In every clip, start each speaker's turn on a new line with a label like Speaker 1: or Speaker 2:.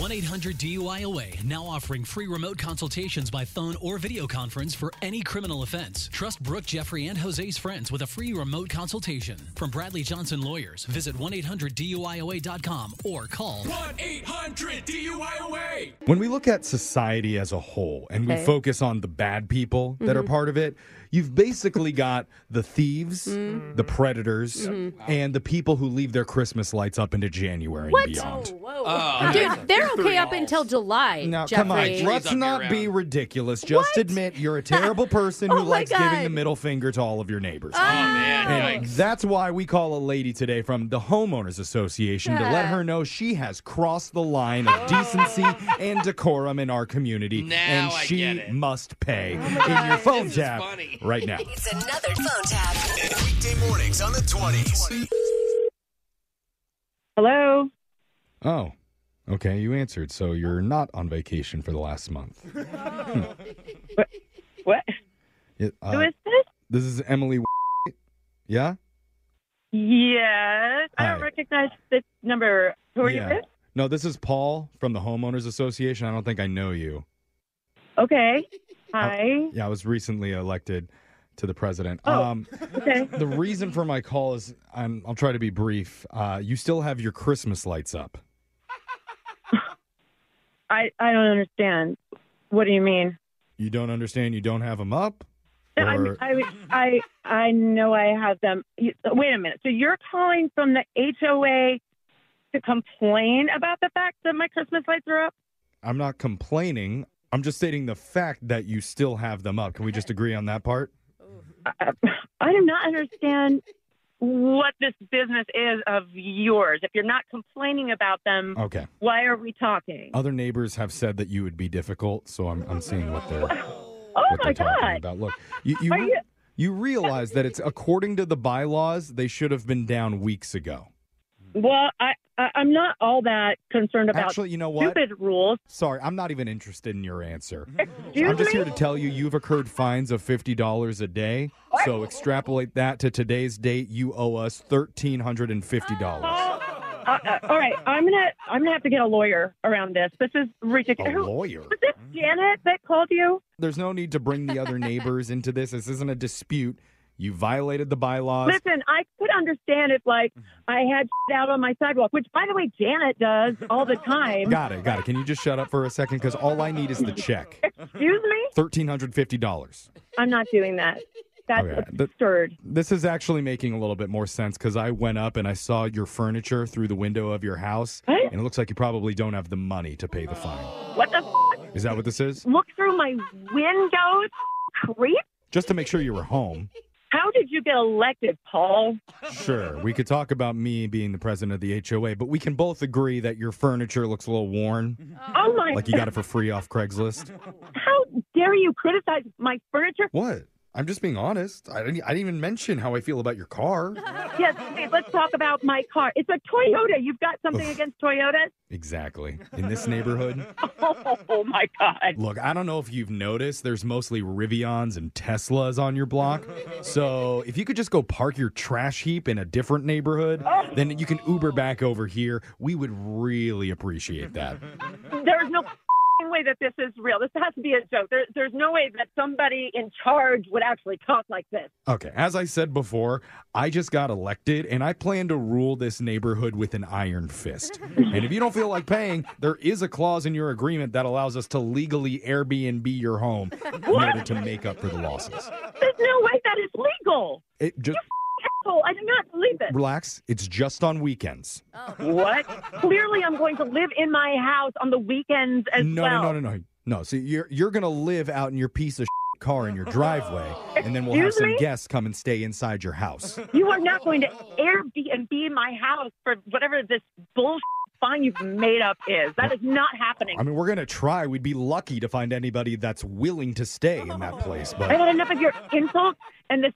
Speaker 1: 1 800 DUIOA now offering free remote consultations by phone or video conference for any criminal offense. Trust Brooke, Jeffrey, and Jose's friends with a free remote consultation. From Bradley Johnson Lawyers, visit 1 800 DUIOA.com or call
Speaker 2: 1 800 DUIOA.
Speaker 3: When we look at society as a whole and
Speaker 4: Okay.
Speaker 3: we focus on the bad people that are
Speaker 4: Mhm.
Speaker 3: part of it, you've basically got the thieves,
Speaker 4: Mm-hmm.
Speaker 3: the predators, and the people who leave their Christmas lights up into January
Speaker 4: What?
Speaker 3: and beyond.
Speaker 4: Dude, they're okay up until July.
Speaker 3: Now,
Speaker 4: Jeffrey.
Speaker 3: come on, let's not be ridiculous. Just admit you're a terrible person who
Speaker 4: Oh my
Speaker 3: likes giving the
Speaker 4: God.
Speaker 3: middle finger to all of your neighbors.
Speaker 4: Oh, man,
Speaker 3: And that's why we call a lady today from the Homeowners Association to let
Speaker 5: Yeah.
Speaker 3: her know she has crossed the line of decency and decorum in our community.
Speaker 5: Oh. Now
Speaker 3: and
Speaker 5: I
Speaker 3: she
Speaker 5: get it. Oh
Speaker 3: must pay in
Speaker 5: God,
Speaker 3: your phone
Speaker 5: this is
Speaker 3: tap
Speaker 5: funny.
Speaker 3: right now.
Speaker 5: It's another phone tap.
Speaker 6: Weekday mornings on the 20s.
Speaker 7: Hello.
Speaker 3: Oh, okay. You answered. So you're not on vacation for the last month.
Speaker 7: What?
Speaker 3: It-
Speaker 7: Who
Speaker 3: uh,
Speaker 7: is this?
Speaker 3: This is Emily. Yeah?
Speaker 7: Yes. I don't
Speaker 3: Hi.
Speaker 7: recognize this number. Who are
Speaker 3: yeah.
Speaker 7: you with?
Speaker 3: No, this is Paul from the Homeowners Association. I don't think I know you.
Speaker 7: Okay. Hi.
Speaker 3: Yeah, I was recently elected to the president.
Speaker 7: Oh,
Speaker 3: um,
Speaker 7: okay.
Speaker 3: The reason for my call is I'm, I'll try to be brief. Uh, you still have your Christmas lights up.
Speaker 7: I, I don't understand. What do you mean?
Speaker 3: You don't understand. You don't have them up.
Speaker 7: No, I, mean,
Speaker 3: Or-
Speaker 7: I, I, I know I have them. You- Wait a minute. So you're calling from the HOA to complain about the fact that my Christmas lights are up?
Speaker 3: I'm not complaining. I'm just stating the fact that you still have them up. Can we just agree on that part?
Speaker 7: I do not understand what this business is of yours. If you're not complaining about them,
Speaker 3: Okay.
Speaker 7: why are we talking?
Speaker 3: Other neighbors have said that you would be difficult, so I'm, I'm seeing what they're.
Speaker 7: Oh
Speaker 3: what
Speaker 7: my
Speaker 3: they're talking
Speaker 7: God.
Speaker 3: about. Look, you you,
Speaker 7: Are you-
Speaker 3: you realize that it's according to the bylaws, they should have been down weeks ago.
Speaker 7: Well, I, I I'm not all that concerned about
Speaker 3: Actually, you know what?
Speaker 7: stupid rules.
Speaker 3: Sorry, I'm not even interested in your answer.
Speaker 7: Excuse
Speaker 3: I'm just
Speaker 7: me?
Speaker 3: here to tell you you've accrued fines of $50 a day. So extrapolate that to today's date, you owe us $1,350.
Speaker 7: Uh, uh, all right, I'm gonna I'm gonna have to get a lawyer around this. This is ridiculous.
Speaker 3: A
Speaker 7: Who-
Speaker 3: lawyer? Mm.
Speaker 7: was this Janet that called you?
Speaker 3: There's no need to bring the other neighbors into this. This isn't a dispute. You violated the bylaws.
Speaker 7: Listen, I could understand if like I had out on my sidewalk, which by the way Janet does all the time.
Speaker 3: Got it, got it. Can you just shut up for a second? Because all I need is the check
Speaker 7: Excuse me,
Speaker 3: $1,350.
Speaker 7: I'm not doing that. That's
Speaker 3: Okay, the-
Speaker 7: absurd.
Speaker 3: This is actually making a little bit more sense because I went up and I saw your furniture through the window of your house,
Speaker 7: What?
Speaker 3: and it looks like you probably don't have the money to pay the fine.
Speaker 7: What the? F-
Speaker 3: Is that what this is?
Speaker 7: look through my windows, creep.
Speaker 3: Just to make sure you were home.
Speaker 7: How did you get elected, Paul?
Speaker 3: Sure, we could talk about me being the president of the HOA, but we can both agree that your furniture looks a little worn,
Speaker 7: Oh my!
Speaker 3: like you got it for free off Craigslist.
Speaker 7: How dare you criticize my furniture?
Speaker 3: What?
Speaker 8: I'm just being honest. I didn't, I didn't even mention how I feel about your car.
Speaker 3: Yes, wait, let's talk about my car. It's a Toyota. You've got something against Toyotas?
Speaker 8: Exactly. In this neighborhood.
Speaker 3: Oh, my God.
Speaker 8: Look, I don't know if you've noticed, there's mostly Rivians and Teslas on your block. So if you could just go park your trash heap in a different neighborhood, then you can Uber back over here. We would really appreciate that.
Speaker 3: There's no f***ing way that this is real. This has to be a joke. There, there's no way that somebody in charge would actually talk like this.
Speaker 8: Okay, as I said before, I just got elected and I plan to rule this neighborhood with an iron fist. And if you don't feel like paying, there is a clause in your agreement that allows us to legally Airbnb your home in order to make up for the losses.
Speaker 3: There's no way that is legal.
Speaker 8: It just
Speaker 3: Asshole, I do not believe it.
Speaker 8: relax, it's just on weekends.
Speaker 3: What? Clearly, I'm going to live in my house on the weekends as
Speaker 8: no,
Speaker 3: well.
Speaker 8: no, no, no, no. No, see, you're you're gonna live out in your piece of shit car in your driveway, and then we'll have
Speaker 3: Excuse
Speaker 8: some
Speaker 3: me?
Speaker 8: guests come and stay inside your house.
Speaker 3: You are not going to Airbnb my house for whatever this bullshit fine you've made up is. That is not happening.
Speaker 8: I mean, we're gonna try. We'd be lucky to find anybody that's willing to stay in that place,
Speaker 3: I
Speaker 8: but
Speaker 3: had enough of your insults and this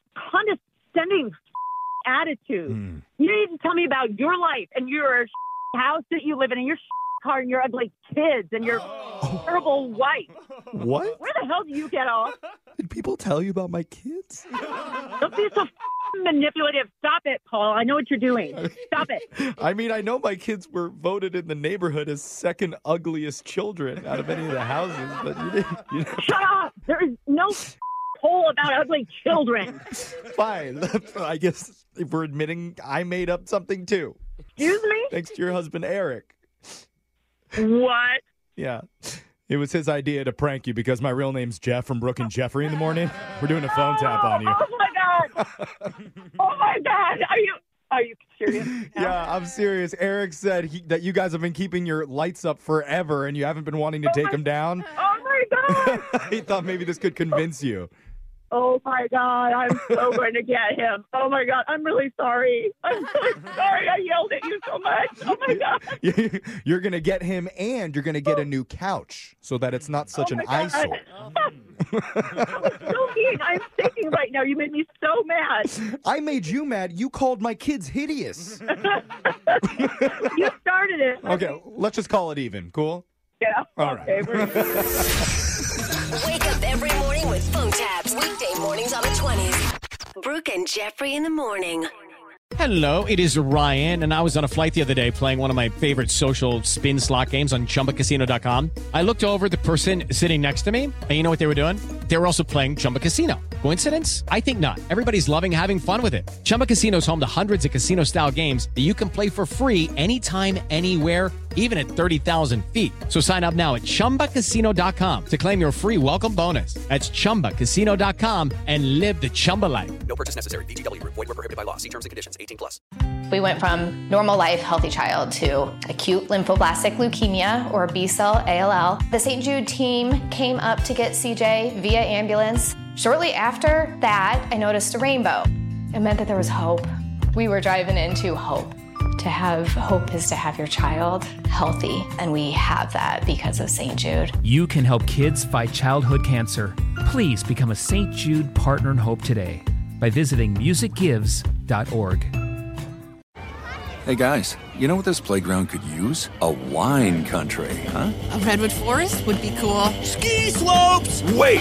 Speaker 3: condescending attitude.
Speaker 8: Hmm.
Speaker 3: You need to tell me about your life and your house that you live in and your car and your ugly kids and your terrible wife.
Speaker 8: what?
Speaker 3: Where the hell do you get off?
Speaker 8: Did people tell you about my kids?
Speaker 3: Don't be so f***ing manipulative. Stop it, Paul. I know what you're doing. Stop it.
Speaker 8: I mean, I know my kids were voted in the neighborhood as second ugliest children out of any of the houses, but you didn't. You know,
Speaker 3: Shut up. There is no f- hole about ugly children.
Speaker 8: fine. I guess if we're admitting I made up something too,
Speaker 3: Excuse me?
Speaker 8: thanks to your husband Eric.
Speaker 3: What?
Speaker 8: Yeah. It was his idea to prank you because my real name's Jeff from Brooke and Jeffrey in the morning. We're doing a phone tap on you.
Speaker 3: Oh my god. Oh my god. Are you are you serious? now?
Speaker 8: Yeah, Uh, I'm serious. Eric said he, that you guys have been keeping your lights up forever and you haven't been wanting to take them down.
Speaker 3: Oh my god.
Speaker 8: he thought maybe this could convince you.
Speaker 3: Oh my god. I'm so going to get him. Oh my god. I'm really sorry. I'm so sorry. I yelled at you so much. Oh my god.
Speaker 8: you're going to get him and you're going to get a new couch so that it's not such
Speaker 3: Oh
Speaker 8: an
Speaker 3: my God.
Speaker 8: eyesore.
Speaker 3: That was so mean. I'm thinking right now. You made me so mad.
Speaker 8: I made you mad. You called my kids hideous.
Speaker 3: You started it.
Speaker 8: okay, let's just call it even. Cool?
Speaker 3: Yeah.
Speaker 8: All right.
Speaker 3: Okay, we're-
Speaker 5: Wake up every morning with phone taps. Weekday mornings on the 20s. Brooke and Jeffrey in the morning.
Speaker 9: Hello, it is Ryan, and I was on a flight the other day playing one of my favorite social spin slot games on chumbacasino.com. I looked over at the person sitting next to me, and you know what they were doing? They were also playing Chumba Casino. Coincidence? I think not. Everybody's loving having fun with it. Chumba Casino is home to hundreds of casino style games that you can play for free anytime, anywhere, even at 30,000 feet. So sign up now at chumbacasino.com to claim your free welcome bonus. That's chumbacasino.com and live the Chumba life.
Speaker 10: No purchase necessary. VGW Group. Void were prohibited by law. See terms and conditions. 18 plus.
Speaker 11: We went from normal life, healthy child to acute lymphoblastic leukemia or B cell ALL. The St. Jude team came up to get CJ via ambulance. Shortly after that, I noticed a rainbow. It meant that there was hope. We were driving into hope. To have hope is to have your child healthy, and we have that because of St. Jude.
Speaker 12: You can help kids fight childhood cancer. Please become a St. Jude Partner in Hope today by visiting musicgives.org.
Speaker 2: Hey guys, you know what this playground could use? A wine country, huh?
Speaker 13: A redwood forest would be cool. Ski
Speaker 2: slopes! Wait!